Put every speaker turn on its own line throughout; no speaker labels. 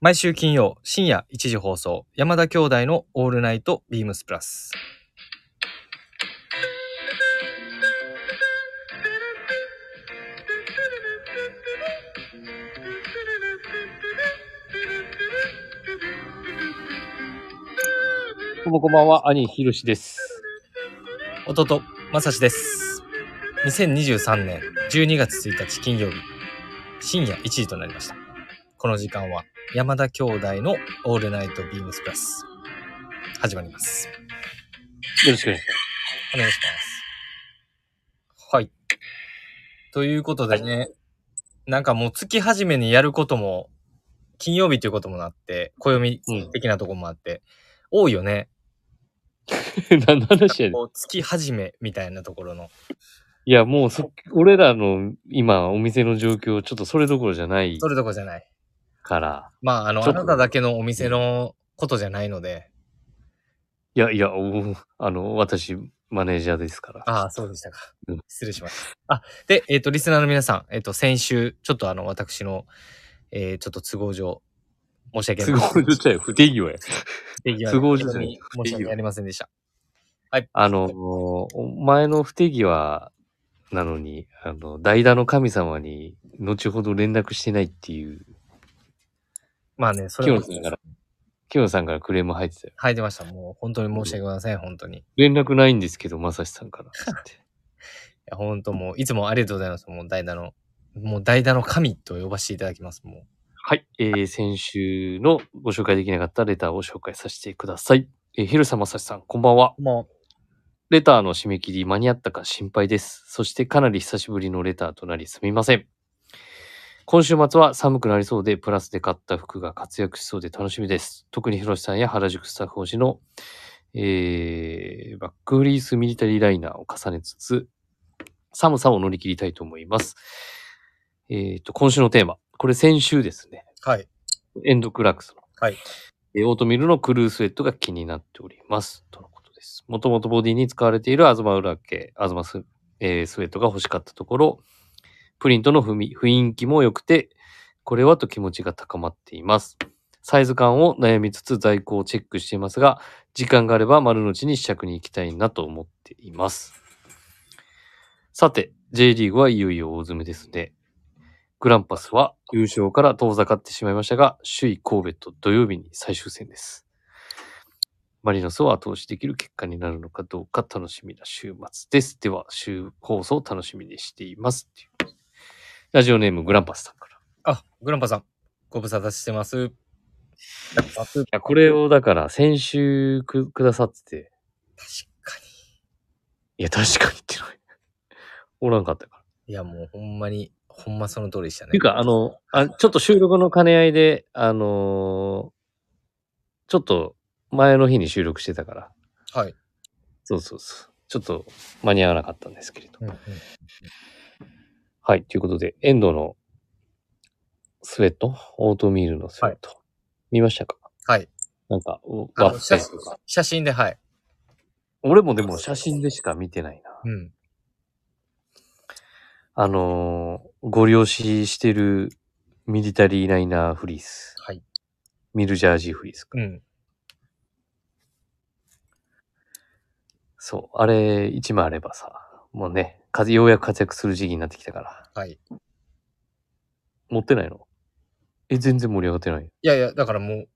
毎週金曜深夜1時放送、山田兄弟のオールナイトビームスプラス。
どうもこんばんは、兄ひろしです。
弟、まさしです。2023年12月1日金曜日、深夜1時となりました。この時間は、山田兄弟のオールナイトビームスプラス。始まります。
よろしくね。
お願いします。はい。ということでね、なんかもう月始めにやることも、金曜日ということもなって、暦
うん
的なとこもあって、多いよね。
何の話やねん。
こう月始めみたいなところの。
いや、もうそ、俺らの今、お店の状況、ちょっとそれどころじゃない
それどころじゃない。
から。
まあ、あの、
ち
あ
ょっと
なただけのお店のことじゃないので。
いやいや、おあの、私、マネージャーですから。
ああ、そうでしたか
うん。
失礼しました。あ、で、えっ、と、リスナーの皆さん、えっ、と、先週、ちょっとあの、私の、えーちょっと都合上、申し訳ない。
都合上 ちゃうよ。不手際や。
都
都
合
合
上申
上じゃない
し訳ありませんでした。はい。
あの、、お前の不手際なのに、あの、代打の神様に、後ほど連絡してないっていう、
まあね、それ
清
は
野さんから、清野さんからクレーム入ってたよ。
入ってました。もう、本当に申し訳ございません。本当に。い
連絡ないんですけど、まさしさ んから。って
や、本当もう、いつもありがとうございます。もう、代打の、もう、代打の神と呼ばせていただきます。もう。
はい、えー先週のご紹介できなかったレターを紹介させてください。えー、ひるさまさしさん、こんばんは。
も
レターの締め切り間に合ったか心配です。そしてかなり久しぶりのレターとなりすみません。今週末は寒くなりそうで、プラスで買った服が活躍しそうで楽しみです。特にひろしさんや原宿スタッフ推しの、えー、バックフリースミリタリーライナーを重ねつつ、寒さを乗り切りたいと思います。えっ、と、今週のテーマ。これ先週ですね。
う、はい。
エンドクラークスの。
はい
えー。オートミルのクルースウェットが気になっております。とのことです。もともとボディに使われている東浦家、東ス,、えースウェットが欲しかったところ、プリントの踏み雰囲気も良くて、これはと気持ちが高まっています。サイズ感を悩みつつ在庫をチェックしていますが、時間があれば丸の内に試着に行きたいなと思っています。さて、J リーグはいよいよ大詰めですね。グランパスは優勝から遠ざかってしまいましたが、首位神戸と土曜日に最終戦です。マリノスを後押しできる結果になるのかどうか楽しみな週末です。では、週放送を楽しみにしています。っていうラジオネームグランパスさんから。い
あ、グランパさん、ご無沙汰してます。
や、これをだから先週くくださってて、
確かに。
いや、確かにってない。おらんかったから。っ
いや、もう、ほんまに、ほんまその通りでしたね。
ていうか、あの、あちょっと収録の兼ね合いで、あのーちょっと前の日に収録してたから、
はい。
そうそうそう。ちょっと間に合わなかったんですけれど。
うんうん
はい。ということで、エンドのスウェット、オートミールのスウェット。見ましたか
はい。
なんか、お
あの
ワッペン
写
とか。
写真で、はい。
俺もでも写真でしか見てないな。
うん。
あのーご了承してるミリタリーライナーフリース。
はい。
ミルジャージーフリースか。
うん。
そう。あれ、一枚あればさ、もうね、風ようやく活躍する時期になってきたから。
はい。い
持ってないのえ、全然盛り上がってない。
やいや、だからもう、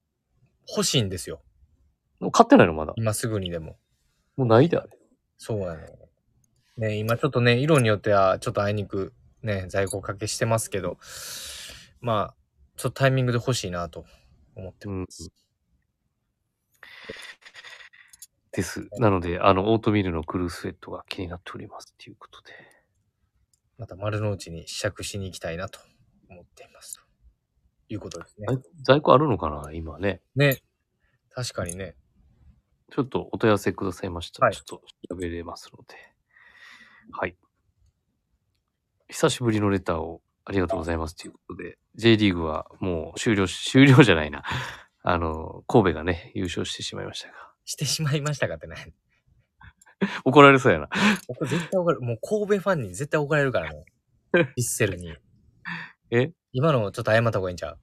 欲しいんですよ。
買ってないのまだ。
今すぐにでも。
もうないであれ。
そうやね。ね、今ちょっとね、色によっては、ちょっとあいにく、ね、在庫かけしてますけど、まあ、ちょっとタイミングで欲しいなと思って
う
ま
ん
す。
です。なので、あの、オートミールのクルースウェットが気になっておりますということで。
また丸の内に試着しに行きたいなと思っています。ということですね。
在在庫あるのかな今ね。
ね。確かにね。
ちょっとお問い合わせくださいましたら、
はい
ちょっと調べれますので。はい。久しぶりのレターをありがとうございますということで、J リーグはもう終了し、終了じゃない な。あの、神戸がね、優勝してしまいましたが。
してしまいましたかってね。
怒られそうやな。
僕絶対怒る。もう神戸ファンに 絶対怒られるからね。ヴィッセルに。
え
今のちょっと謝った方がいいんちゃう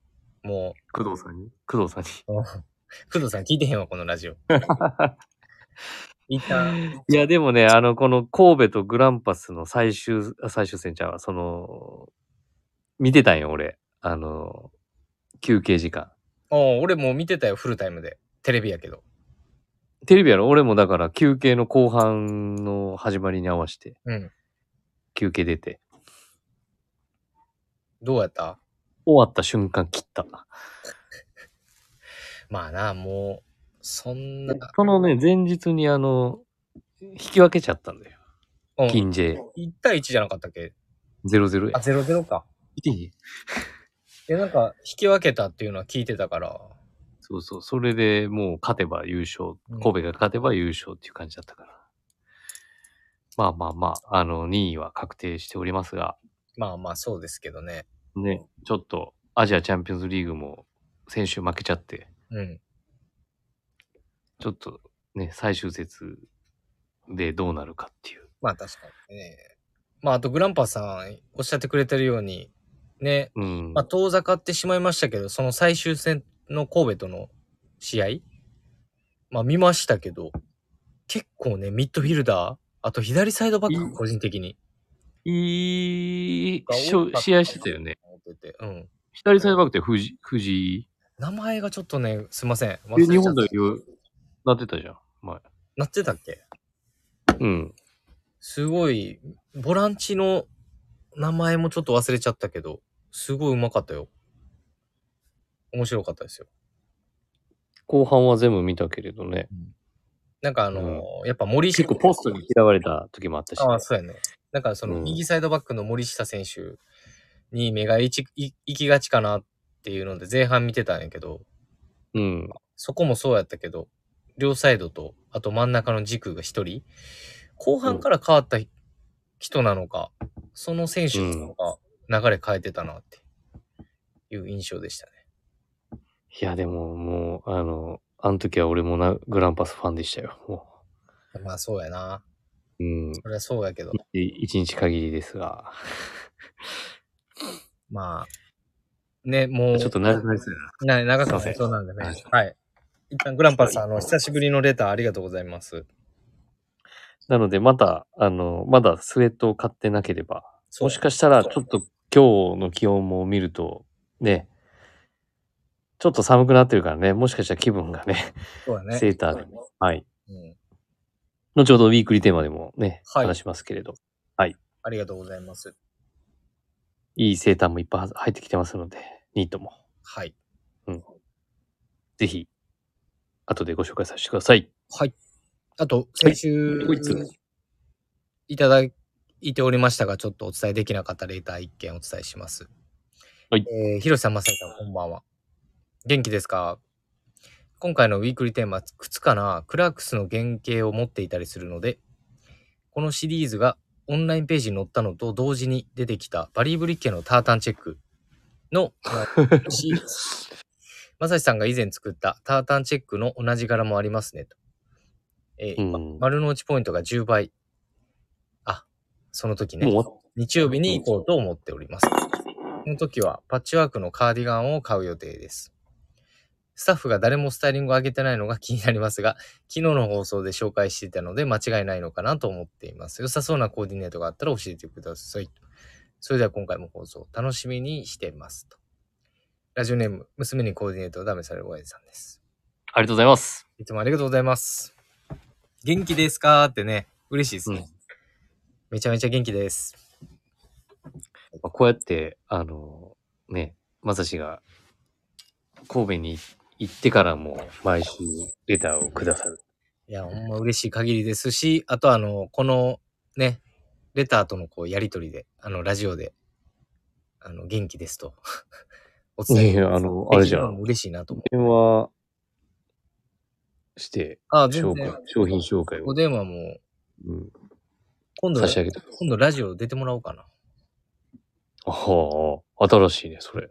も
工藤さんに工藤さんに。
う、 工藤さん聞いてへんわ、このラ ジオ。一旦、
いや、でもね、あの、この神戸とグランパスの最終、あ最終戦ちゃうわその、見てたんよ、俺。あの、休憩時間。
おう俺もう見てたよ、フルタイムで。テレビやけど。
テレビやろ俺もだから休憩の後半の始まりに合わせて、
うん。
休憩出て、
どうやった
終わった瞬間切った。
まあな、もう、そんな、
そのね、前日にあの、引き分けちゃったんだよ。
うん、1
金 J。
対1じゃなかったっけ
00
あ、0-0か。
や。
いや、なんか、引き分けたっていうのは聞いてたから。
そうそう。それでもう勝てば優勝
うん。
神戸が勝てば優勝っていう感じだったから。まあまあまあ、あの、2位は確定しておりますが、
まあまあ、そうですけどね。
ね、ちょっとアジアチャンピオンズリーグも先週負けちゃって、
うん。
ちょっとね、最終節でどうなるかっていう。
まあ、確かにね。まあ、あと、グランパさん、おっしゃってくれてるように、ね、
うん。
まあ、遠ざかってしまいましたけど、その最終戦の神戸との試合、まあ、見ましたけど、結構ね、ミッドフィルダー、あと左サイドバッ
い
ク、
い
個人的に。
いいしょ試合してたよね。。
うん。
左サイドバックって藤藤井。
名前がちょっとね、すいません。忘
え
れち
日
ゃった
本代表なってたじゃん、前。
なってたっけ
うん。
すごい、ボランチの名前もちょっと忘れちゃったけど、すごいうまかったよ。面白かったですよ。
後半は全部見たけれどね。
なんかあのーやっぱ森下
結構ポストに嫌われた時もあったし、
ああ、そうやね。なんかその
うん
右サイドバックの森下選手に目がいちい行きがちかなっていうので前半見てたんやけど、
うん。
そこもそうやったけど、両サイドと、あと真ん中の軸が一人、後半から変わった人なのか、その選手なのか、流れ変えてたなっていう印象でしたね。
いや、でももう、あの、あの時は俺もなグランパスファンでしたよ。も
まあそうやな。
う。うん。
それはそうやけど、
い一日限りですが。
まあ、ね、もう、
ちょっと長くなりそうやな。
な長くな
すい
り
ません
そうなんでね
はい。
はい。一旦グランパスさん、あの、久しぶりのレターありがとうございます。
なので、また、あの、まだスウェットを買ってなければ、
そう
もしかしたら、
そう
ちょっと今日の気温も見ると、ね、ちょっと寒くなってるからね、もしかしたら気分がね、
そうやね。
セーターでも、はい。
うん。
後ほどウィークリーテーマでもね、
はい
話しますけれど、
ありがとうございます。
いいセーターもいっぱい入ってきてますので、ニートも、
はい。
ぜひ、後でご紹介させてください。
はい。あと、先週、
ドイツ
いただいておりましたが、ちょっとお伝えできなかったレーター一件お伝えします。
はい
えー、広瀬さん、まささん、こんばんは。元気ですか今回のウィークリーテーマ、靴かなクラークスの原型を持っていたりするので、このシリーズがオンラインページに載ったのと同時に出てきたバリーブリッケのタータンチェックの、 しまさしさんが以前作ったタータンチェックの同じ柄もありますねと。えー
うん。もう
丸の内ポイントが10倍。あ、その時ね
終。わっ
日曜日に行こうと思っております。その時はパッチワークのカーディガンを買う予定です。スタッフが誰もスタイリングを上げてないのが気になりますが、昨日の放送で紹介していたので間違いないのかなと思っています。良さそうなコーディネートがあったら教えてください。それでは今回も放送楽しみにしていますと。ラジオネーム、娘にコーディネートをダメされるおやじさんです。
ありがとうございます。
いつもありがとうございます。元気ですかってね、嬉しいですね。
うん
めちゃめちゃ元気です。
まあ、こうやって、あの、ね、まさしが神戸に行ってからも毎週レターをくださる。
いや、ほんま嬉しい限りですし、あとあの、このね、レターとのこうやりとりで、あの、ラジオで、あの、元気ですと。 お
いやい
できる
や、あの、あれじゃ
のも
ん。
嬉しいなと思う。
電話して、
あ、全
紹
然
介。、商品紹介
お
を、
電話も、
うん、
今度
差、し上げて。
今度ラジオ出てもらおうかな。っ
ああ、新しいね、それ。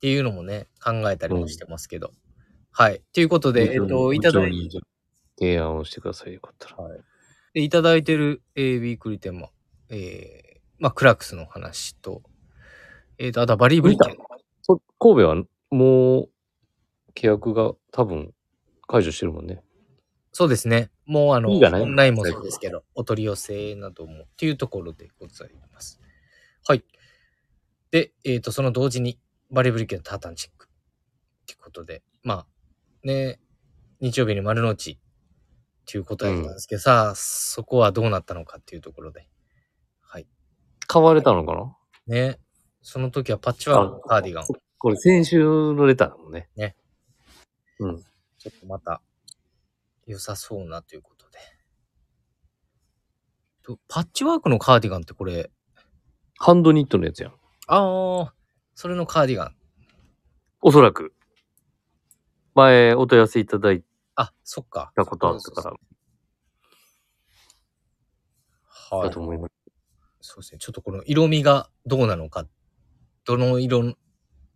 ていうのもね、考えたりもしてますけど。はい。ということで、えっと、いただいて、
て。提案をしてください、よかったら。
はい。で、いただいてる、えーウィークリーテーマ、えー、まあ、クラックスの話と、えーと、あとはバリーブリッケン。
そ神戸はもう契約が多分解除してるもんね。
そうですね。もうあの、
いいじゃない
オンラインもそうですけど、お取り寄せなどもっていうところでございます。はい。で、えっ、と、その同時に、バリブリッケのタータンチェック。ってことで、まあ、ね、日曜日に丸の内っていう答えなんですけど、さあ、そこはどうなったのかっていうところで。はい。
買われたのかな、
ね、その時はパッチワークのカーディガン。
これ先週のレターだもんね。
ね。
うん。
ちょっとまた、良さそうなということで。とパッチワークのカーディガンってこれ、
ハンドニットのやつやん。
あー、それのカーディガン。
おそらく。前お問い合わせいただい
あ、そっか。
たことあったから
は
だ
い
と。思います。
そうですね。ちょっとこの色味がどうなのか、どの色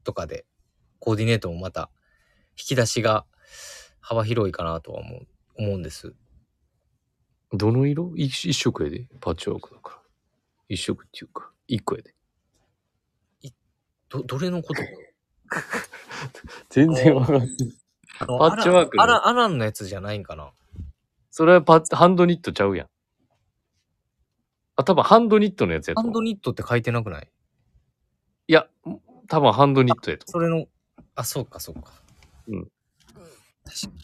とかで、コーディネートもまた、引き出しが幅広いかなとは思う思うんです。
どの色一一色やで。パッチワークだから。一色っていうか、一個やで。
ど、どれのこと
全然わからん。
あの
パッチワーク
アランアランアランのやつじゃないんかな。
それはパッ、ハンドニットちゃうやん。あ、多分ハンドニットのやつやと
ハ
思
ン
う
ドニットって書いてなくない
いや、多分ハンドニットやと思
それの、あ、そうか、そうか。
うん
確か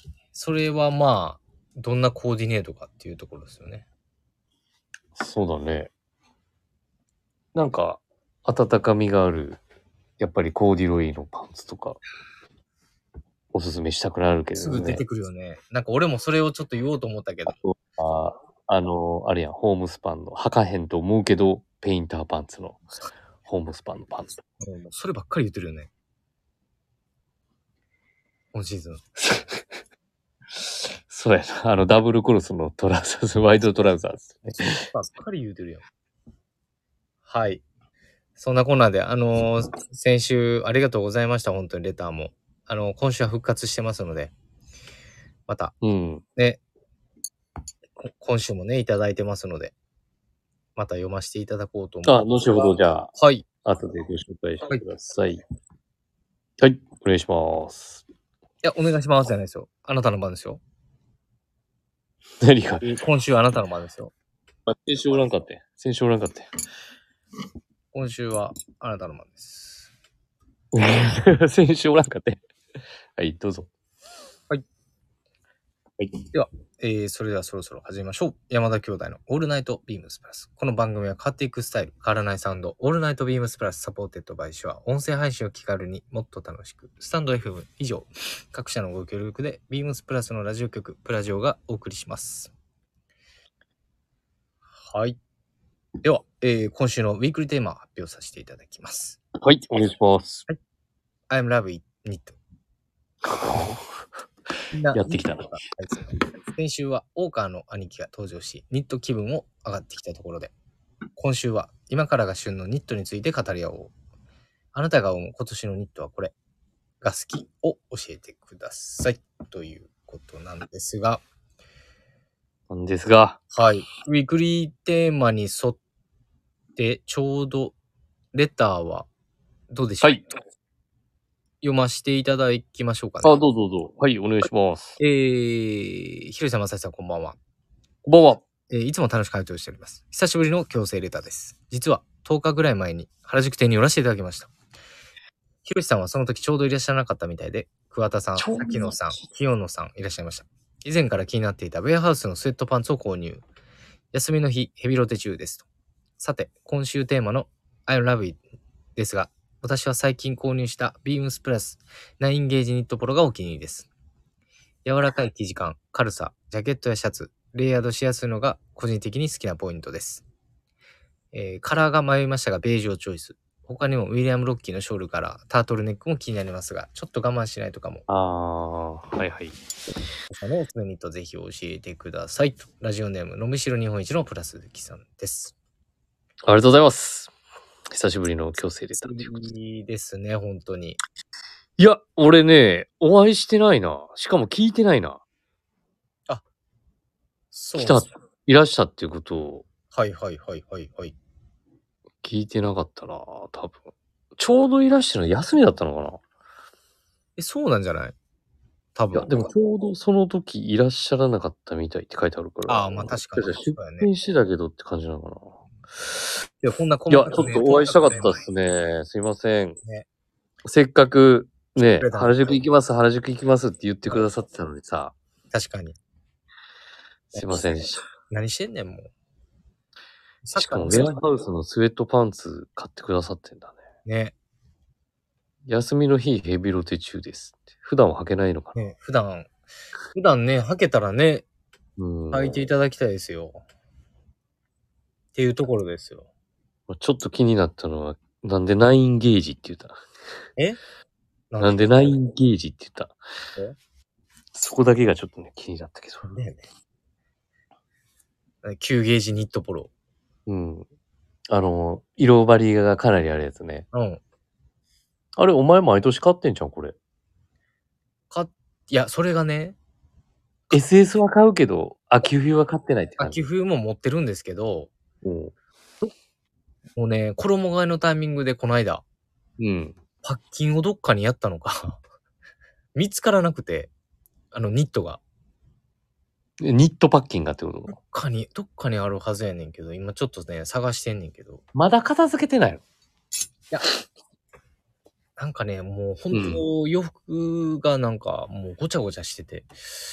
に。それはまあ、どんなコーディネートかっていうところですよね。
う。そうだね。なんか、温かみがある、やっぱりコーディロイのパンツとか、おすすめしたくなるけどね。
すぐ出てくるよね。なんか俺もそれをちょっと言おうと思ったけど
あ。とは、あの、あれやん、ホームスパンの、履かへんと思うけど、ペインターパンツの、ホームスパンのパンツ。
もうそればっかり言ってるよね。今シーズン。
そうやな、あの、ダブルクロスのトラウザー ズ、ワイドトラウザーズ、ね。
ばっかり言うてるやん。はい。そんなこんなで、あのー先週ありがとうございました。本当にレターも。あのー今週は復活してますので、また、
うん。
ね、こ今週もね、いただいてますので、また読ませていただこうと思
あ、
う。
後ほどじゃあ、
はい。
後でご紹介してください。はい、お願いします。
いや、お願いしますじゃないですよ。あなたの番ですよ。
何が
今週はあなたの番ですよ。
先週おらんかって。先週おらんかって。
今週はあなたの番です。
先週おらんかって。はい、どうぞ。
はい。
はい。
えーそれではそろそろ始めましょう。山田兄弟のオールナイトビームスプラス。この番組は変わっていくスタイル、変わらないサウンド、オールナイトビームスプラスサポーテッドバイシュア、音声配信を気軽にもっと楽しく、スタンド FM 以上、各社のご協力で、ビームスプラスのラジオ局、プラジオがお送りします。はい。では、えー今週のウィークリーテーマを発表させていただきます。
はい、お願いします。
I'm Love It Knit。みんな
やってきたな。
先週は大川の兄貴が登場し、ニット気分も上がってきたところで、今週は今からが旬のニットについて語り合おう。あなたが思う今年のニットはこれが好きを教えてください。ということなんですが、
なんですが、
はい。ウィークリーテーマに沿って、ちょうどレターはどうでしょ
は
う、
い。
読ませていただきましょうか
あ、ど
ね
う。ぞどうぞ。はい、お願いします。
えー、ひろさん、まさしさん、こんばんは。
こんばんは。
えーいつも楽しく回答しております。久しぶりの強制レターです。実は10日ぐらい前に原宿店に寄らせていただきました。ひろしさんはその時ちょうどいらっしゃらなかったみたいで、桑田さん、
ちょうど
滝野さん、清野さんいらっしゃいました。以前から気になっていたウェアハウスのスウェットパンツを購入。休みの日、ヘビロテ中ですと。さて、今週テーマの I love it ですが、私は最近購入したビームスプラス9ゲージニットポロがお気に入りです。柔らかい生地感、軽さ、ジャケットやシャツ、レイヤードしやすいのが個人的に好きなポイントです。えーカラーが迷いましたが、ベージュをチョイス。他にもウィリアム・ロッキーのショールからタートルネックも気になりますが、ちょっと我慢しないとかも。
あー、はいはい。
他のおすすめニットぜひ教えてください。とラジオネーム、のびしろ日本一のプラスズキさんです。
ありがとうございます。久しぶりの強制レターということで。
いいですね、本当に。
いや、俺ね、お会いしてないな。しかも聞いてないな。
そう
来たいらっしゃっていうことを
はいはいはいはいはい。
聞いてなかったな、多分。ちょうどいらしてるの休みだったのかな
え、そうなんじゃない多
いや、
分。
でもちょうどその時いらっしゃらなかったみたいって書いてあるから。
ああまあ確かに
出
そうだよね
勤してたけどって感じなのか
いや、こんな
な。いや、ちょっとお会いしたかったです
ね。
ね。すいません
ね。
せっかく、ね
くれ、た
原宿行きます、原宿行きますって言ってくださってたのにさ、
確かに。
すいませんでした。
何してんねん、もう。サ
しかも、ウ
の
ェアハウスのスウェットパンツ買ってくださってんだね。
ね、
休みの日ヘビロテ中ですって。普段は履けないのかな。
ね、普段、普段ね、履けたらね、
うん。
履いていただきたいですよ。っていうところですよ。
ちょっと気になったのは、なんでナインゲージって言ったなんでナイ
何
ンゲージって言った
え
そこだけがちょっとね、気になったけど。
だよね。9ゲージニットポロ。
うん。あの、色張りがかなりあるやつね。
うん。
あれ、お前毎年買ってんじゃん、これ。
か、いや、それがね、
SS は買うけど、秋冬は買ってないって感じ。
秋冬も持ってるんですけど、
うん。
もうね、衣替えのタイミングでこの間、
うん。
パッキンをどっかにやったのか、 見つからなくて、あの、ニットが。
ニットパッキンがってこと
どっかに、どっかにあるはずやねんけど、今ちょっとね、探してんねんけど、
まだ片付けてないの
なんかね、もう本当、洋服がなんか、もうごちゃごちゃしてて、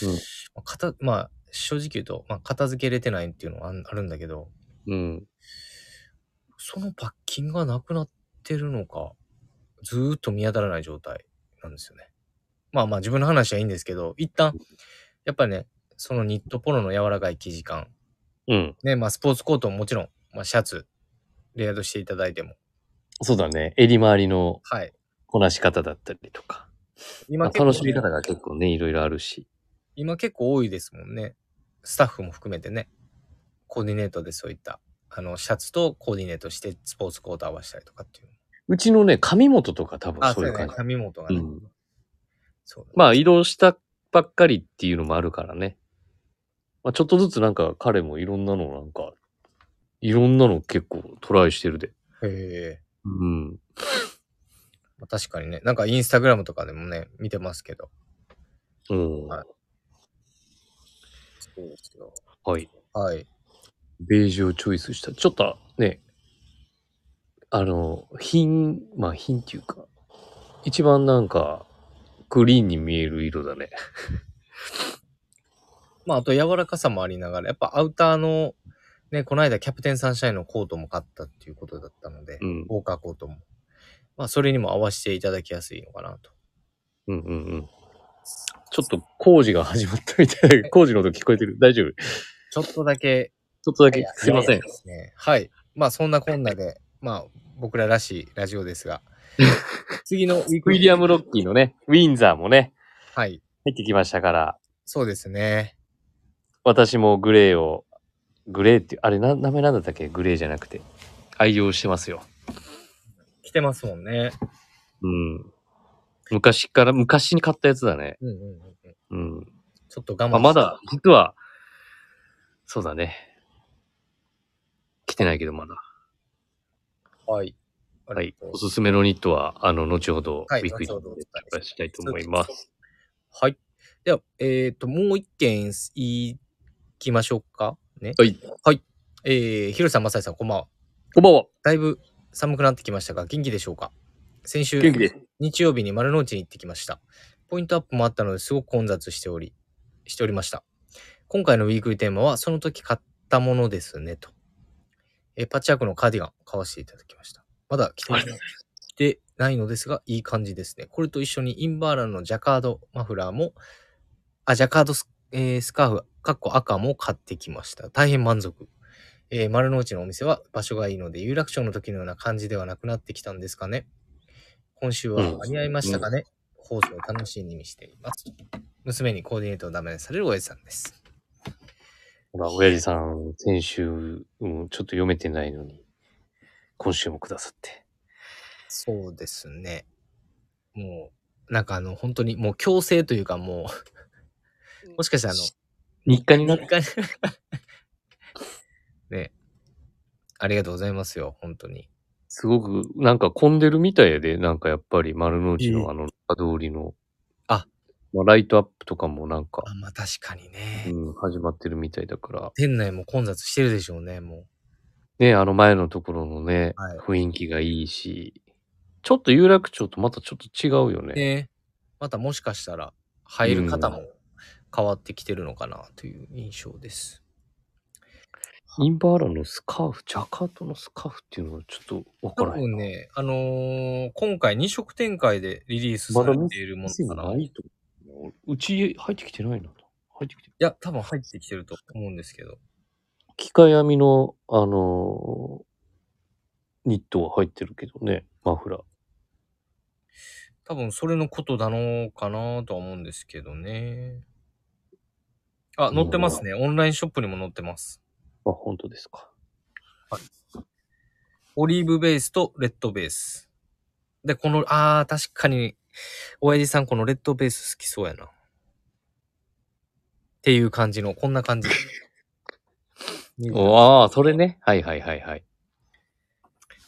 うん
まあ、片まあ、正直言うと、まあ、片付けれてないっていうのはあんあるんだけど、
うん。
そのパッキンがなくなってるのか、ずーっと見当たらない状態なんですよね。まあまあ自分の話はいいんですけど、一旦、やっぱりね、そのニットポロの柔らかい生地感、
うん。
ね、まあスポーツコートももちろん、まあシャツ、レイヤードしていただいても、
そうだね。襟周りの
はい。
こなし方だったりとか。
今
まあ
結構ね、
楽しみ方が結構ね、いろいろあるし。
今結構多いですもんね。スタッフも含めてね、コーディネートでそういった、あの、シャツとコーディネートしてスポーツコート合わせたりとかっていう。
うちのね、上本とか多分
あ、そ
そ
ううや
いう感
ね。
じ。
髪元がね。
うん
そう
まあ、移動したばっかりっていうのもあるからね。まあ、ちょっとずつなんか彼もいろんなのなんか、いろんなの結構トライしてるで。
へえ。
うん。
まあ確かにね。なんかインスタグラムとかでもね、見てますけど。
うん。
は
はい
そうですよ。
い。
はい。
ベージュをチョイスした。ちょっとね、あの、品、まあ品っていうか、一番なんか、グリーンに見える色だね。
まあ、あと柔らかさもありながら、やっぱアウターの、ね、この間キャプテンサンシャインのコートも買ったっていうことだったので、
うん。
ウォーカーコートも。まあ、それにも合わせていただきやすいのかなと。
うんうんうん。ちょっと工事が始まったみたいな、 工事の音聞こえてる。大丈夫ち
ちょっとだけ、
ょっとだけ、すいません
で。すね。はい。まあ、そんなこんなで、まあ、僕ららしいラジオです が、次のウィー
ウ
ク
ィリアム・ロッキーのね、ウィンザーもね、
はい。
入ってきましたから、
そうですね。
私もグレーを、グレーって、あれ、な名前なんだったっけグレーじゃなくて。愛用してますよ。
来てますもんね。
うん。昔から、昔に買ったやつだね。
うんうんうんうん。
うん。
ちょっと我慢
まあ、まだ、実は、そうだね。来てないけど、まだ。
はい。あ
は
り
い
がとう。ござ
お
います
すすめのニットは、あの、後ほど、
はい
ウィークイッ
後ほ
ト
どお
で
伝
紹
えします
介したいと思います。
はい。では、えっ、と、もう一件いきましょうかね。
はい。
えー、ひろしさん、まさいさん、こんばんは。
こんばんは。
だいぶ寒くなってきましたが、元気でしょうか先週、
元気です。
日曜日に丸の内に行ってきました。ポイントアップもあったのですごく混雑しており、しておりました。今回のウィークリーテーマは、その時買ったものですね、と。えーパッチワークのカーディガン、買わせていただきました。まだ着てない着てないのですが、いい感じですね。これと一緒にインバーランのジャカードマフラーも、あ、ジャカードス,、えースカーフ、かっこ赤も買ってきました。大変満足。えー丸の内のお店は場所がいいので、有楽町の時のような感じではなくなってきたんですかね。今週は間に合いましたかね、放送を楽しみにしています。娘にコーディネートをダメにされるおやじさんです。
ほら、親父さん、先週、うん、ちょっと読めてないのに、今週もくださって。
そうですね。もう、なんかあの、本当にもう強制というかもう、もしかしてあの、
日課になっ
一 回ね。ありがとうございますよ、本当に。
すごく、なんか混んでるみたいやで、なんかやっぱり丸の内
ええ
のあの、中通りの。
あ
まあ、ライトアップとかもなんか、
あ、まあ確かにね。
うん、始まってるみたいだから。
店内も混雑してるでしょうね、も
ね、あの前のところのね、
はい
雰囲気がいいし、ちょっと有楽町とまたちょっと違うよ
う。
ね。
ねまたもしかしたら入る方も変わってきてるのかなという印象です。
インバーラのスカーフ、ジャカートのスカーフっていうのはちょっと
多
わからへ
分
んな。
ね、あのー今回2色展開でリリースされているも
店
のか
が
な。
ないと思う。うち入ってきてないな。入ってきてない
いや、多分入ってきてると思うんですけど。
機械編みの、あのーニットは入ってるけどね、マフラー。
多分それのことなのかなとは思うんですけどね。あ、載ってますね。オンラインショップにも載ってます。
あ、本当ですか。
オリーブベースとレッドベース。で、この、あー、確かに、親父さんこのレッドベース好きそうやな。っていう感じの、こんな 感じ。
ああ、それね。はいはいはいはい。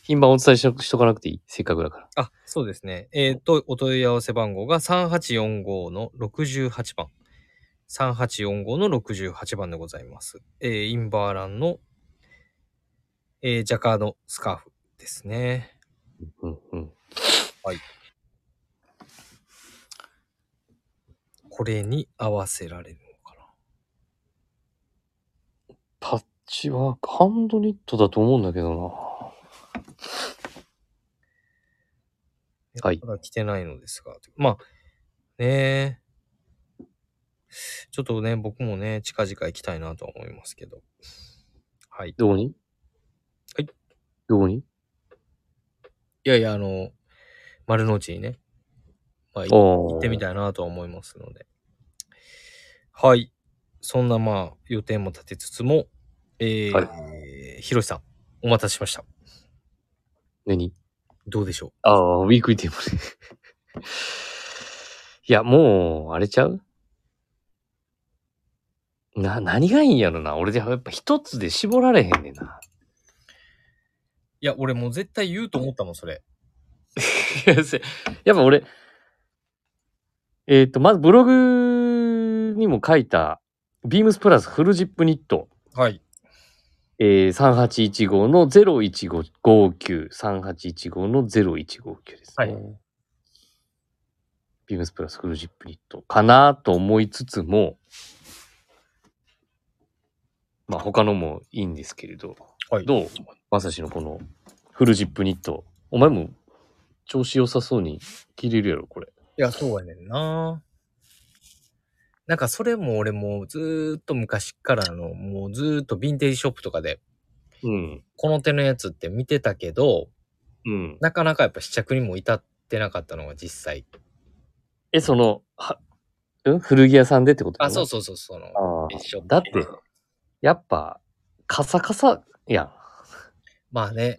品番お伝えしとしとかなくていい。せっかくだから。
あ、そうですね。えっ、と、お問い合わせ番号が3845の68番。3845の68番でございます。えーインバーランの、えージャカードスカーフですね。
うんうん。
これに合わせられるのかな。
パッチはハンドニットだと思うんだけどはい
まだ来てないのですが。まあ、ねえ。ちょっとね、僕もね、近々行きたいなとは思いますけど。はい。
な。どこに
はい。
どこに
いやいや、あの、丸の内にね、まあ、い
おー
行ってみたいなとは思いますので。はい。そんな、まあ、予定も立てつつも、えー、
は
ひろしさん、お待たせしました。
何
どうでしょ
ああ、ウィークイテーブル。 いや、もう、あれちゃうな、何がいいんやろな。俺でやっぱ一つで絞られへんね んな。
ういや、俺もう絶対言うと思ったもん、それ。
いやせやっぱ俺、えっ、と、まずブログにも書いた、ビームスプラスフルジップニット、
はい。
えー、3815の0159、3815の0159です
は
ね。
い
ビームスプラスフルジップニットかなと思いつつも、まあ他のもいいんですけれど、
はい。
どうまさしのこのフルジップニット。お前も調子良さそうに着れるやろ、これ。
いや、そうやねんな。なんか、それも俺もうずーっと昔からの、もうずーっとヴィンテージショップとかで、
うん。
この手のやつって見てたけど、
うん。
なかなかやっぱ試着にも至ってなかったのが実際。
え、その、は、うん古着屋さんでってこと
あ、そうそうそう、その。
あー
一緒
だって、やっぱ、カサカサやん。
まあね。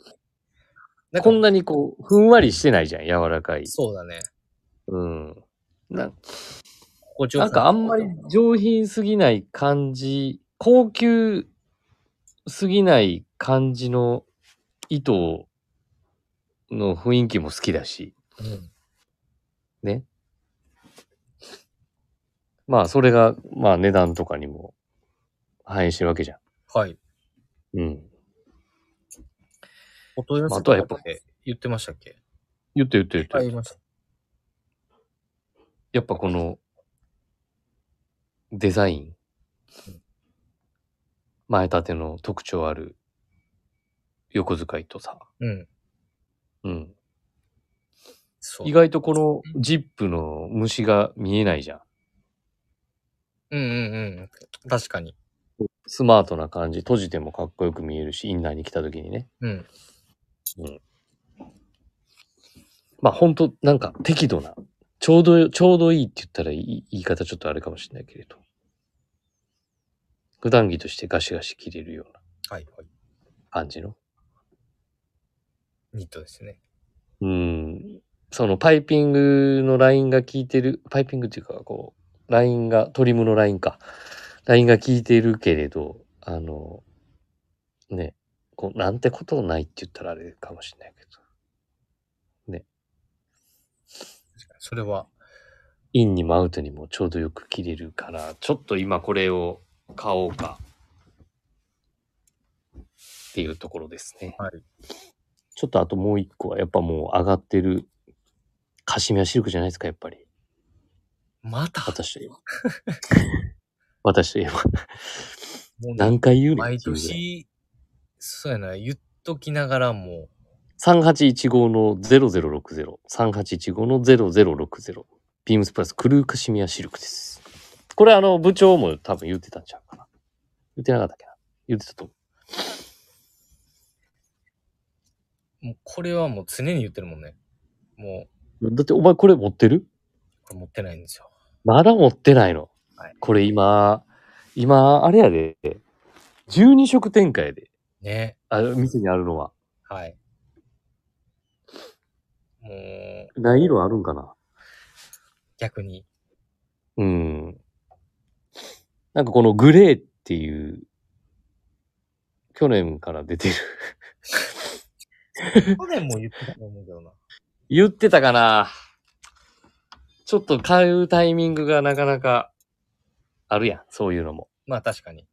なんか
こんなにこう、ふんわりしてないじゃん、柔らかい。
そうだね。
うん。な
心地よ
な
さ
んかあんまり上品すぎない感じ、高級すぎない感じの糸の雰囲気も好きだし、
うん
ね。まあ、それが、まあ、値段とかにも反映してるわけじゃ
はい。
ん。うん。
お問い合わ
まあ
せ
あとはやっぱ
て言ってましたっけ
言って言って言って。
あ、言いました。
やっぱこの、デザイン。前立ての特徴ある横使いとさ。
うん。
うん。
そう。
意外とこのジップの虫が見えないじゃん。
うんうんうん。確かに。
スマートな感じ、閉じてもかっこよく見えるし、インナーに来た時にね。
うん。
まあほんと、なんか適度な。ちょうど、ちょうどいいって言ったらいい言い方ちょっとあれかもしれないけれど。普段着としてガシガシ着れるような
はいはい。
感じの。
ニットですね。
うん。そのパイピングのラインが効いてる、パイピングっていうか、こう、ラインが、トリムのラインか。ラインが効いてるけれど、あの、ね、こう、なんてことないって言ったらあれかもしれないけど。
それは、
インにもアウトにもちょうどよく切れるから、ちょっと今これを買おうか。っていうところですね。
はい。
ちょっとあともう一個は、やっぱもう上がってる、カシミヤシルクじゃないですか、やっぱり。
また、
私といえば。 私といえば。
もうね
何回言うねん
毎
っていうぐらい。
年、そうやな、言っときながらも、
3815の0060。3815の0060。ビームスプラスクルーカシミヤシルクです。これあの、部長も多分言ってたんちゃうかな。言ってなかったっけな。言ってたと思う。
もうこれはもう常に言ってるもんね。も
だってお前これ持ってる
う、これ持ってないんですよ。
まだ持ってないの。
はい
これ今、今、あれやで、12色展開やで。
ね。
あ、店にあるのは。
はい。もう、
何色あるんかな
逆に。
うん。なんかこのグレーっていう、去年から出てる。
去年も言ってたと思うけどな。
言ってたかなちょっと買うタイミングがなかなかあるやん。そういうのも。
まあ確かに。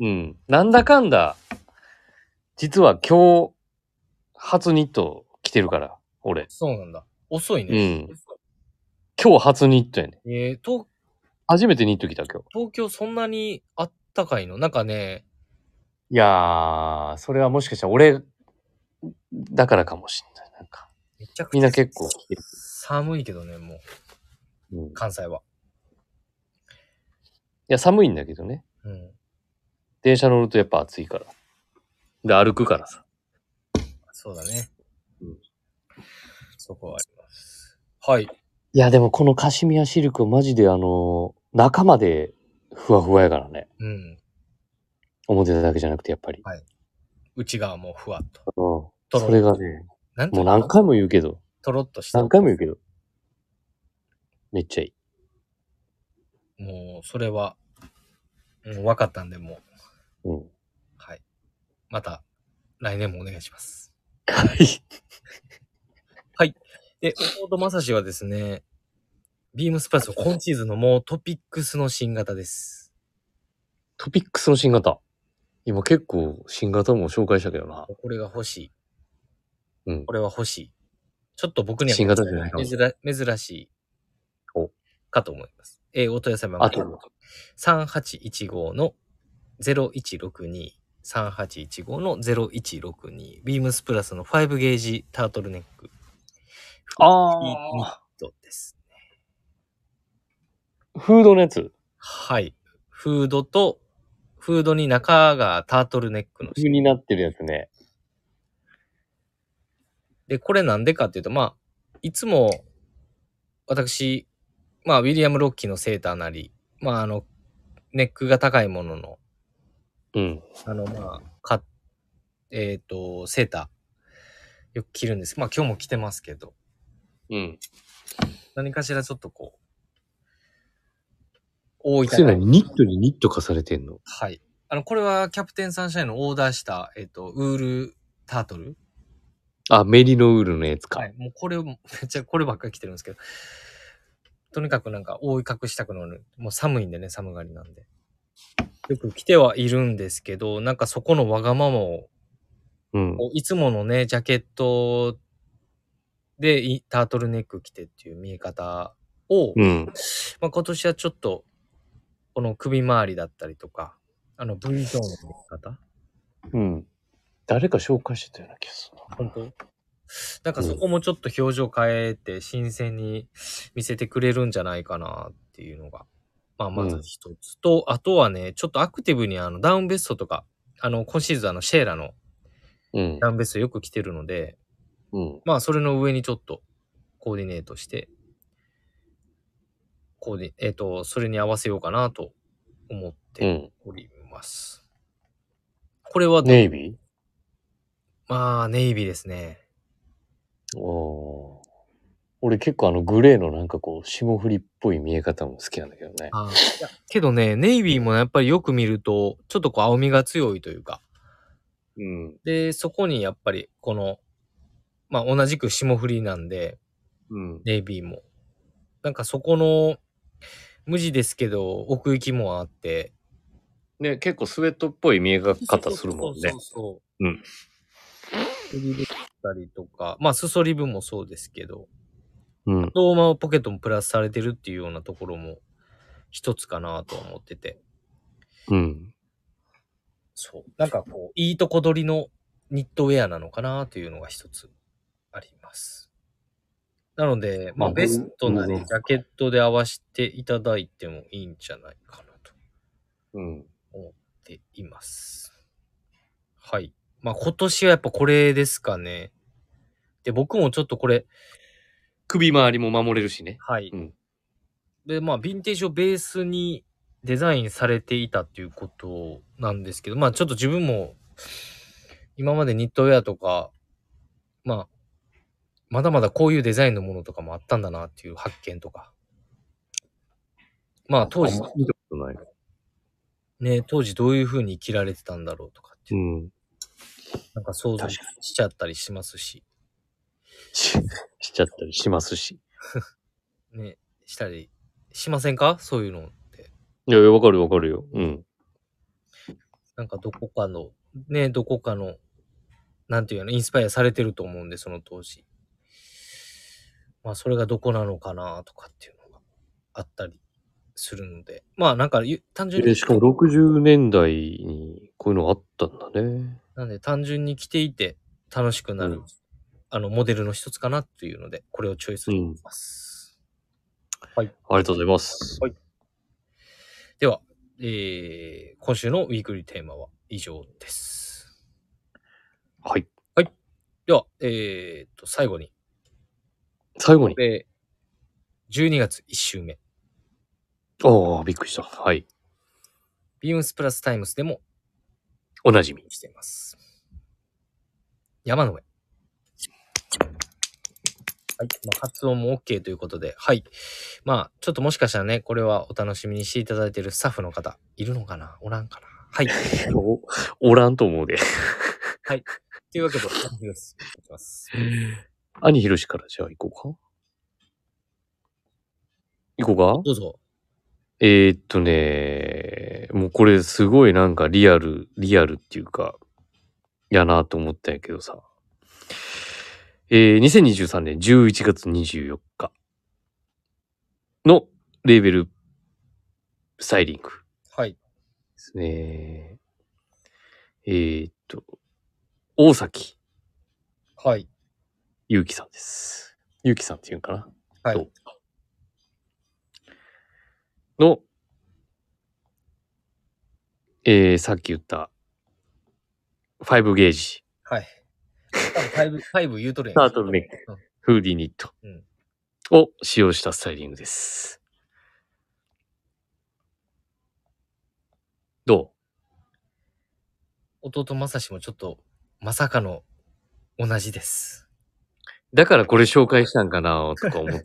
うん。なんだかんだ、実は今日、初ニット着てるから、俺。
そうなんだ。遅いね。
うん今日初ニットやね。
えー、東
初めてニット着た今日。
東京そんなにあったかいのなんかね、
いやー、それはもしかしたら俺、だからかもしんない。なんか、
めちゃくちゃ
みんな結構着てる。
寒いけどね、もう、
うん
関西は。
いや、寒いんだけどね。
うん。
電車乗るとやっぱ暑いから。で、歩くからさ。
そうだね。
うん
そこはあります。はい。
いや、でもこのカシミヤシルクマジであのー中までふわふわやからね。
うん。
表だけじゃなくてやっぱり。
内側もふわっと。
うん。
トロ
それがね、
なんてい
もう
の
何回も言うけど、
とろっとした。
何回も言うけど、めっちゃいい。
もう、それは、うん、分かったんで、もう、
うん。
はい。また、来年もお願いします。
はい。
で、弟正志はですね、ビームスプラスを今シーズンのもうトピックスの新型です。
トピックスの新型。今結構新型も紹介したけどな。
これが欲しい。
うん
こ。れは欲しい。ちょっと僕には
新型じゃないかもしれ
珍珍しい
お
かと思います。えー、お問い合わせ番
あと
号、3815の0162、3815の0162、ビームスプラスの5ゲージタートルネック。ニッ
あ
トです。
ー、フードのやつ。
はい。フードと、フードに中がタートルネックの。
風になってるやつね。
で、これなんでかっていうと、まあ、いつも、私、まあ、ウィリアム・ロッキーのセーターなり、まあ、あの、ネックが高いものの、
うん。
あの、まあ、か、えっ、と、セーター、よく着るんです。まあ、今日も着てますけど、
うん。
何かしらちょっとこう、大
そういうの
分
に
の、
ニットにニット化されてんの。
はい。あの、これはキャプテンサンシャインのオーダーした、えっ、と、ウールタートル
あ、メリノウールのやつか。
はい。もうこれを、 めっちゃこればっかり着てるんですけど、とにかくなんか覆い隠したくなる。もう寒いんでね、寒がりなんで。よく着てはいるんですけど、なんかそこのわがままを、
うん。
こういつものね、ジャケットでいタートルネック着てっていう見え方を、
うん。
まあ、今年はちょっと、この首周りだったりとか、あの V ゾーンの見え方
うん。誰か紹介してたような気がする
本当なんかそこもちょっと表情変えて新鮮に見せてくれるんじゃないかなっていうのが、まあまず一つと、あとはね、ちょっとアクティブにあのダウンベストとか、あの今シーズンあのシェーラの
うん
ダウンベストよく着てるので、
うん。
まあそれの上にちょっとコーディネートして、コーディ、えっ、と、それに合わせようかなと思っ
う
て
ん。
おります。これは、
ネイビ
まあネイビーですね。
ーおー俺結構あのグレーのなんかこう霜降りっぽい見え方も好きなんだけどね。
あーいやけどね、ネイビーもやっぱりよく見ると、ちょっとこう青みが強いというか、
うん。
で、そこにやっぱりこの、まあ同じく霜降りなんで、
うん。
ネイビーもなんかそこの、無地ですけど、奥行きもあって。
ね、結構スウェットっぽい見え方するもんね
そう。そうう。
ん。
首でったりとか、まあ、裾リブもそうですけど、
うん。
ローマポケットもプラスされてるっていうようなところも、一つかなとは思ってて。
うん。
そう。なんかこう、いいとこ取りのニットウェアなのかなというのが一つあります。なので、まあ、
まあ
ベストな
う
ね
ん
ジャケットで合わせていただいてもいいんじゃないかなと
うん。
思っています。はい。まあ、今年はやっぱこれですかね。で、僕もちょっとこれ、
首周りも守れるしね。
はい。
うん
で、まあ、ヴィンテージをベースにデザインされていたっていうことなんですけど、まあ、ちょっと自分も、今までニットウェアとか、まあ、まだまだこういうデザインのものとかもあったんだなっていう発見とか。まあ、当時
あ、んま見たことない。
ね、当時どういう風に着られてたんだろうとかって
う
いう、
ん。
なんか想像しちゃったりしますし。
ししちゃったりしますし。
ね、したりしませんかそういうのって。
いや、いやわかるわかるよ。うん。
なんかどこかの、ね、どこかの、なんていうの、インスパイアされてると思うんで、その当時。まあ、それがどこなのかなとかっていうのがあったりするので。まあ、なんかゆ、単純
え、
に
し、かも60年代にこういうのあったんだね。
なんで単純に着ていて楽しくなる、
うん
あの、モデルの一つかなっていうので、これをチョイスしています。
ありがとうございます。
はいでは、えー、今週のウィークリーテーマは以上です。
はい。
では、えー、と、最後に、
最後に。
で、12月1週目、
ああ、びっくりした。はい。
ビームスプラスタイムスでも
おな じみ。
しています。山の上。はい。まあ、発音も OK ということで、はい。まあ、ちょっともしかしたらね、これはお楽しみにしていただいているスタッフの方、いるのかなおらんかなはい。
お、おらんと 思うで。
というわけで、お願いします。
兄ひろしからじゃあ行こうか。行こうか
どうぞ。
えー、っとね、もうこれすごいなんかリアル、リアルっていうか、やなと思ったんやけどさ。えー、2023年11月24日のレーベルスタイリング。
はい。
ですね。えーっと、大崎
はい。
ゆうきさんです。ゆうきさんっていうんかな
はい
との、えー、さっき言った、5ゲージ、
はい。多分ファイブ、ファイブ言うとるやん。
タートルネック
うん
フーディーニット
うん
を使用したスタイリングです。ど
弟まさしもちょっと、まさかの同じです。
うだからこれ紹介したんかなとか思ったんだ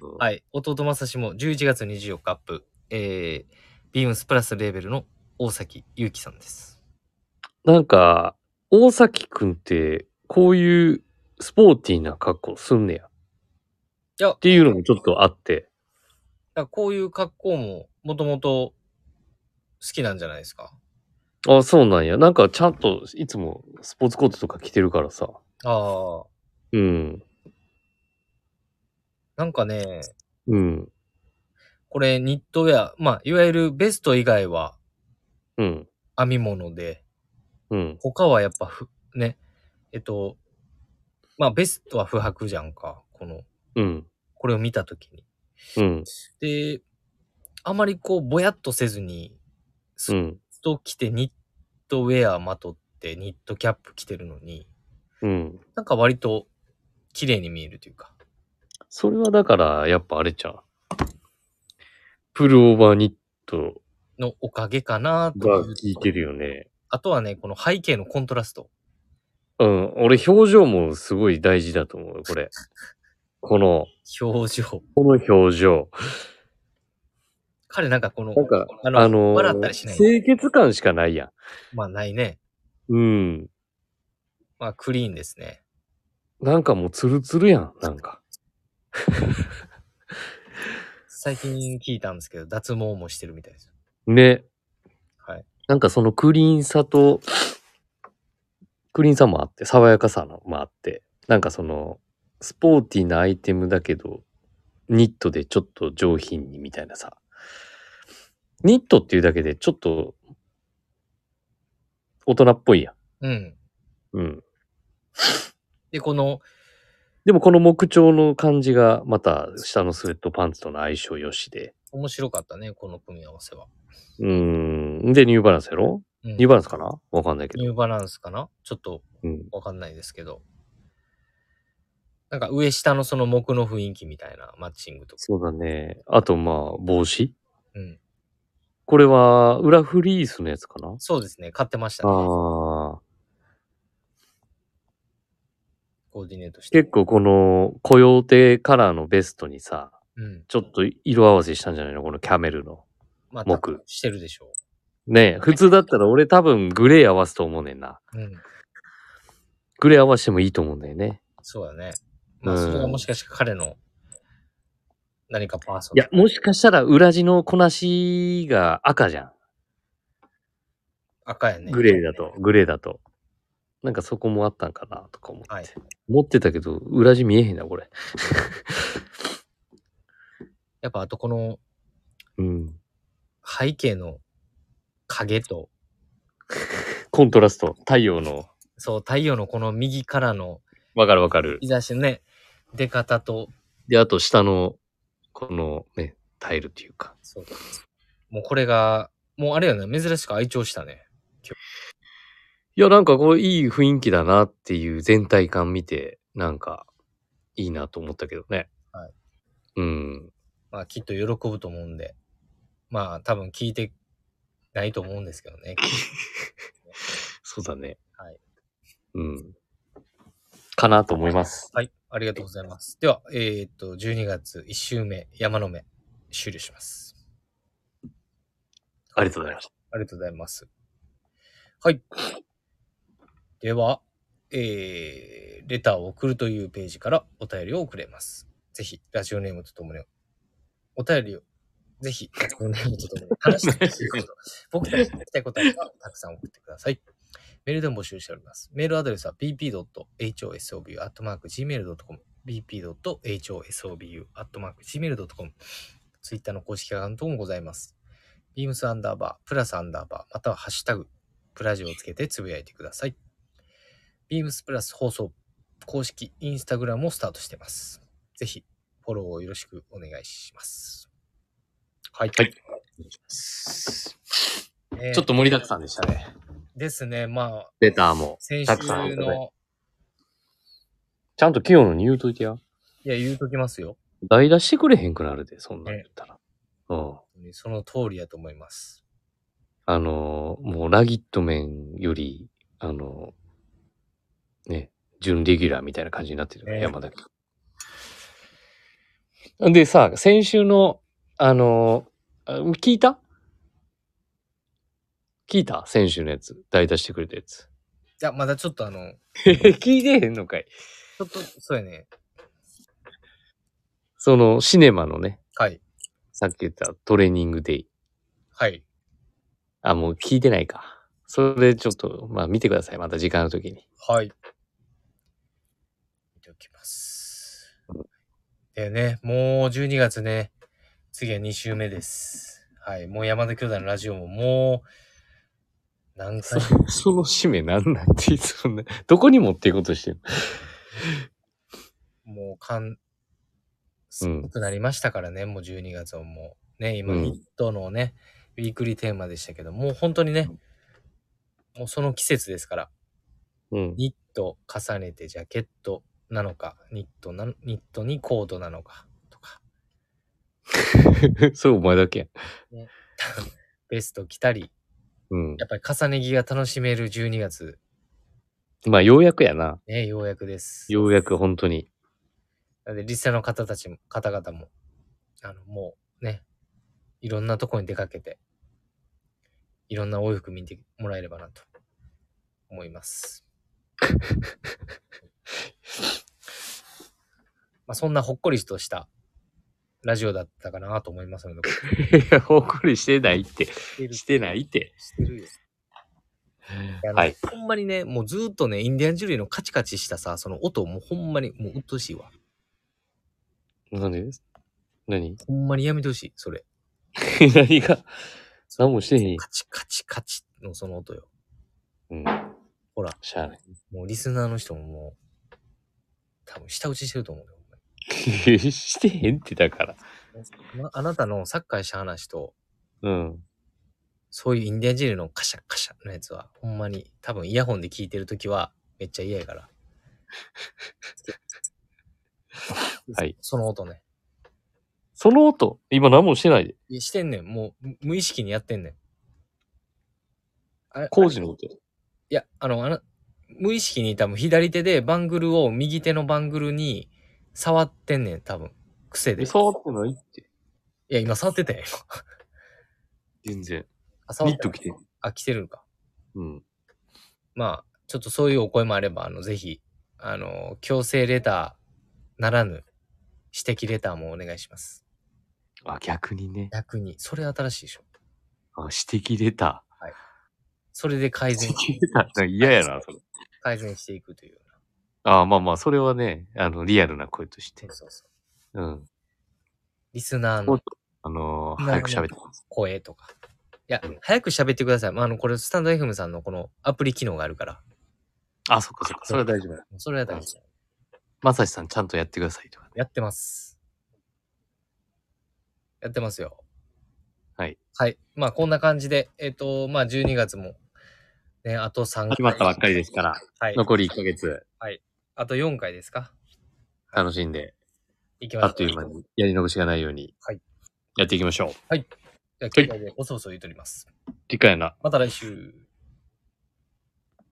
ど。
はい。弟まさしも11月24日アップ、えー、ビームスプラスレーベルの大崎祐樹さんです。
なんか、大崎くんって、こういうスポーティーな格好すんねや。
いや、
っていうのもちょっとあっ
だ
て。
からこういう格好ももともと好きなんじゃないですか。
あ、そうなんや。なんかちゃんといつもスポーツコートとか着てるからさ。
ああ、
うん。
なんかね、
うん。
これニットウェア、まあ、いわゆるベスト以外は
うん。
編み物で、
うん。
他はやっぱふ、ね、えっと、まあ、ベストは不白じゃんか。この、
うん。
これを見たときに。
うん。
で、あまりこう、ぼやっとせずに、ス
う
ッ
ん。
と着て、ニットウェアまとって、ニットキャップ着てるのに、
うん。
なんか割と、綺麗に見えるというか。
それはだから、やっぱあれちゃう。プルオーバーニット
のおかげかなと
が
いう
効いてるよね。
あとはね、この背景のコントラスト。
うん。俺、表情もすごい大事だと思うよ、これ。この、
表情。
この表情。
彼なんかこの、
なんか
あの、
あのー
笑ったりしない。
清潔感しかないや
まあないね。
ん。うん。
まあクリーンですね。
なんかもうツルツルやん、なんか。
最近聞いたんですけど、脱毛もしてるみたいですよ。
ね。
はい。
なんかそのクリーンさと、クリーンさもあって、爽やかさもあって、なんかその、スポーティーなアイテムだけど、ニットでちょっと上品にみたいなさ。ニットっていうだけでちょっと、大人っぽいや
うん。
ん。うん。
で、この、
でもこの木調の感じが、また下のスウェットパンツとの相性良しで。
面白かったね、この組み合わせは。
うーん。で、ニューバランスやろ
うん
ニューバランスかなわかんないけど。
ニューバランスかなちょっと
うん。
わかんないですけど。なんか上下のその木の雰囲気みたいなマッチングとか。
そうだね。あと、まあ、帽子
うん。
これは、裏フリースのやつかな
そうですね、買ってましたね。
ああ。
コーディネートして。
結構この、コヨーテカラーのベストにさ、
うん。
ちょっと色合わせしたんじゃないのこのキャメルの。
まあ、
木
多分してるでしょ
ねえ、普通だったら俺多分グレー合わすと思うねんな。
う。うん。
グレー合わせてもいいと思うんだよね。
そうだね。まあ、
うん
それがもしかして彼の何かパーソン。
いや、もしかしたら裏地のこなしが赤じゃ
赤やね。
ん。グレーだと、。グレーだと。なんかそこもあったんかなとか思って。
はい。
持ってたけど、裏地見えへんな、これ。
やっぱあとこの
うん。
背景の影と、
コントラスト、太陽の。
そう、太陽のこの右からの
わかるわかる。
日差しのね、出方と、
で、あと下の、このね、タイルっていうか。
そうもうこれが、もうあれよね、珍しく愛聴したね。
いや、なんかこう、いい雰囲気だなっていう全体感見て、なんか、いいなと思ったけどね。
はい。
うん。
まあきっと喜ぶと思うんで、まあ多分聞いてないと思うんですけどね。
そうだね。
はい。
うん。かなと思います。
はい、ありがとうございます。では、えーっと、12月1週目、山の目、終了します。
ありがとうございました。
ありがとうございます。はい。では、えー、レターを送るというページからお便りを送れます。ぜひ、ラジオネームとともに、お便りを、ぜひ、ラジオネームとともに話してほしいこと、僕たちに聞きたいことあれば、たくさん送ってください。メールでも募集しております。メールアドレスは bp.hosobu.gmail.com bp.hosobu.gmail.com ツイッターの公式アカウントもございます。ビームスアンダーバー、プラスアンダーバー、またはハッシュタグ、プラジオをつけてつぶやいてください。ビームスプラス放送、公式インスタグラムをスタートしています。ぜひ、フォローをよろしくお願いします。はい。
はい
えー
ちょっと盛りだくさんでしたね。
ですね。まあ、
レターも。
先
たくさんある
週
んだね
の、
ちゃんと清野に言うといてや。
いや、言うときますよ。
代打してくれへんくなるで、そんなん言ったら。うん。
その通りやと思います。
あのー、もう、ラギット面より、あのー、ね、準レギュラーみたいな感じになってるね、
ね
山田君。でさ、先週の、あのー、あ聞いた聞いた先週のやつ。代打してくれたやつ。
じゃあ、まだちょっとあの、
聞いてへんのかい。
ちょっと、そうやね。
その、シネマのね、
はい。
さっき言ったトレーニングデイ。
はい。
あ、もう聞いてないか。それちょっと、まあ見てください。また時間の時に。
はい。見ておきます。でね、もう12月ね、次は2週目です。はい。もう山田兄弟のラジオももう、何回も
その使命なんなんて、そんな、どこに持っていこうとしてんの
もう、かん、
う
少
ん
なくなりましたからね、もう12月はもう。ね、今、
うん
ニットのね、ウィークリーテーマでしたけど、もう本当にね、もうその季節ですから、
うん。
ニット重ねてジャケットなのか、ニットな、ニットにコートなのか、とか。
そう、お前だけ。
ベスト着たり、
うん
や。っぱり重ね着が楽しめる12月、
まあ、ようやくやな。
ね、ようやくです。
ようやく、本当に。
なので、リスナーの方たちも、方々も、あの、もうね、いろんなとこに出かけて、いろんなお洋服見てもらえればなと思い ます。まあそんなほっこりとしたラジオだったかなと思いますので。
いや、ほっこりしてないって。
してる
してないって。
して るよ。あの
はい。
ほんまにね、もうずーっとね、インディアンジュリーのカチカチしたさ、その音もうほんまに、もう鬱陶しいわ。
なんで何
ほんまにやめてほしい、それ。
何が何もしてへんやん。
カチカチカチのその音よ。
うん。
ほら。
しゃあない。
もうリスナーの人ももう、多分舌打ちしてると思うよ。
してへんってだから。
お前まあなたのサッカーした話と、
うん。
そういうインディアンジェリーのカシャカシャのやつは、ほんまに、多分イヤホンで聞いてるときは、めっちゃ嫌や から。
はい。
その音ね。
その音、今何もしてないで。
いやしてんねん。もう、む無意識にやってんねん。あれ
工事の音。
いや、あの、あの、無意識に多分左手でバングルを右手のバングルに触ってんねん、多分。癖で。
え
い
触ってないって。
や、今触ってたよ。
全然。
あ、触
ニ
って
ット
ない
着てる。
あ、来てるのか。
うん。
まあ、ちょっとそういうお声もあれば、あの、ぜひ、あの、強制レターならぬ、指摘レターもお願いします。
あ、逆にね。
逆に、それ新しいでしょ。
あ、指摘 出た。
それで改善、
指摘出た。なんか嫌やな、それ。
改善していくというような。
あまあまあ、それはね、あの、リアルな声として
そう。そうそう。
うん。
リスナーの
あのー
なる
早
ほど
く喋ってます。
声とか。いや
うん、
早く喋ってください。まあ、あの、これ、スタンド FM さんのこのアプリ機能があるから。
あ、そっかそっか。それは大丈夫だ。
それは大丈夫。
まさしさん、ちゃんとやってくださいとかね。
やってます。やってますよ。
はい。
はい。まあ、こんな感じで、えっ、と、まあ、12月も、ね、あと3回。
始まったばっかりですから、
はい。
残り1ヶ月、
あと4回ですか
楽しんで、
いきまし
あ
ょう。
っという間に、やり残しがないように
はい、
やっていきましょう。
じゃあ、今日でおそおそ言うとります。
理解な。
また来週。